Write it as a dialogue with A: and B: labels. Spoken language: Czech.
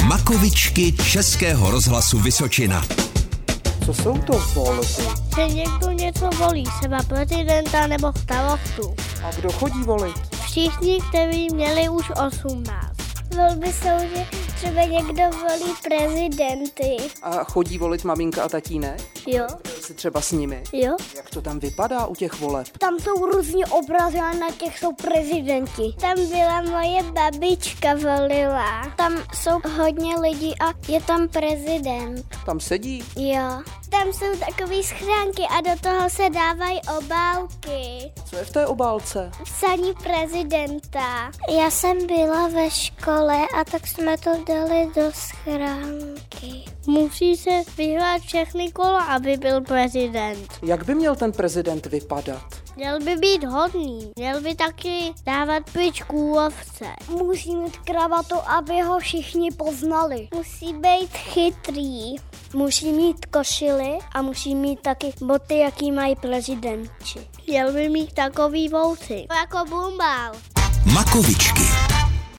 A: Píkovičky Českého rozhlasu Vysočina.
B: Co jsou to volby?
C: Že někdo něco volí, třeba prezidenta nebo starostu.
B: A kdo chodí volit?
C: Všichni, kteří měli už 18.
D: Volby jsou, že třeba někdo volí prezidenty.
B: A chodí volit maminka a tatínek?
C: Jo,
B: Jsi třeba s nimi?
C: jo.
B: Jak to tam vypadá u těch voleb?
D: Tam jsou různí obrazy a na těch jsou prezidenti. Tam byla moje babička volila. Tam jsou hodně lidí a je tam prezident.
B: Tam sedí?
D: Jo. Tam jsou takové schránky a do toho se dávají obálky.
B: Co je v té obálce?
D: Psaní prezidenta. Já jsem byla ve škole a tak jsme to dali do schránky.
C: Musí se vyhrát všechny kola, aby byl prezident.
B: Jak by měl ten prezident vypadat?
C: Měl by být hodný, měl by taky dávat pryč kůlovce.
D: Musí mít kravatu, aby ho všichni poznali. Musí být chytrý. Musí mít košily a musí mít taky boty, jaký mají prezidenti.
C: Měl by mít takový vousy, jako bumbal.
A: Makovičky.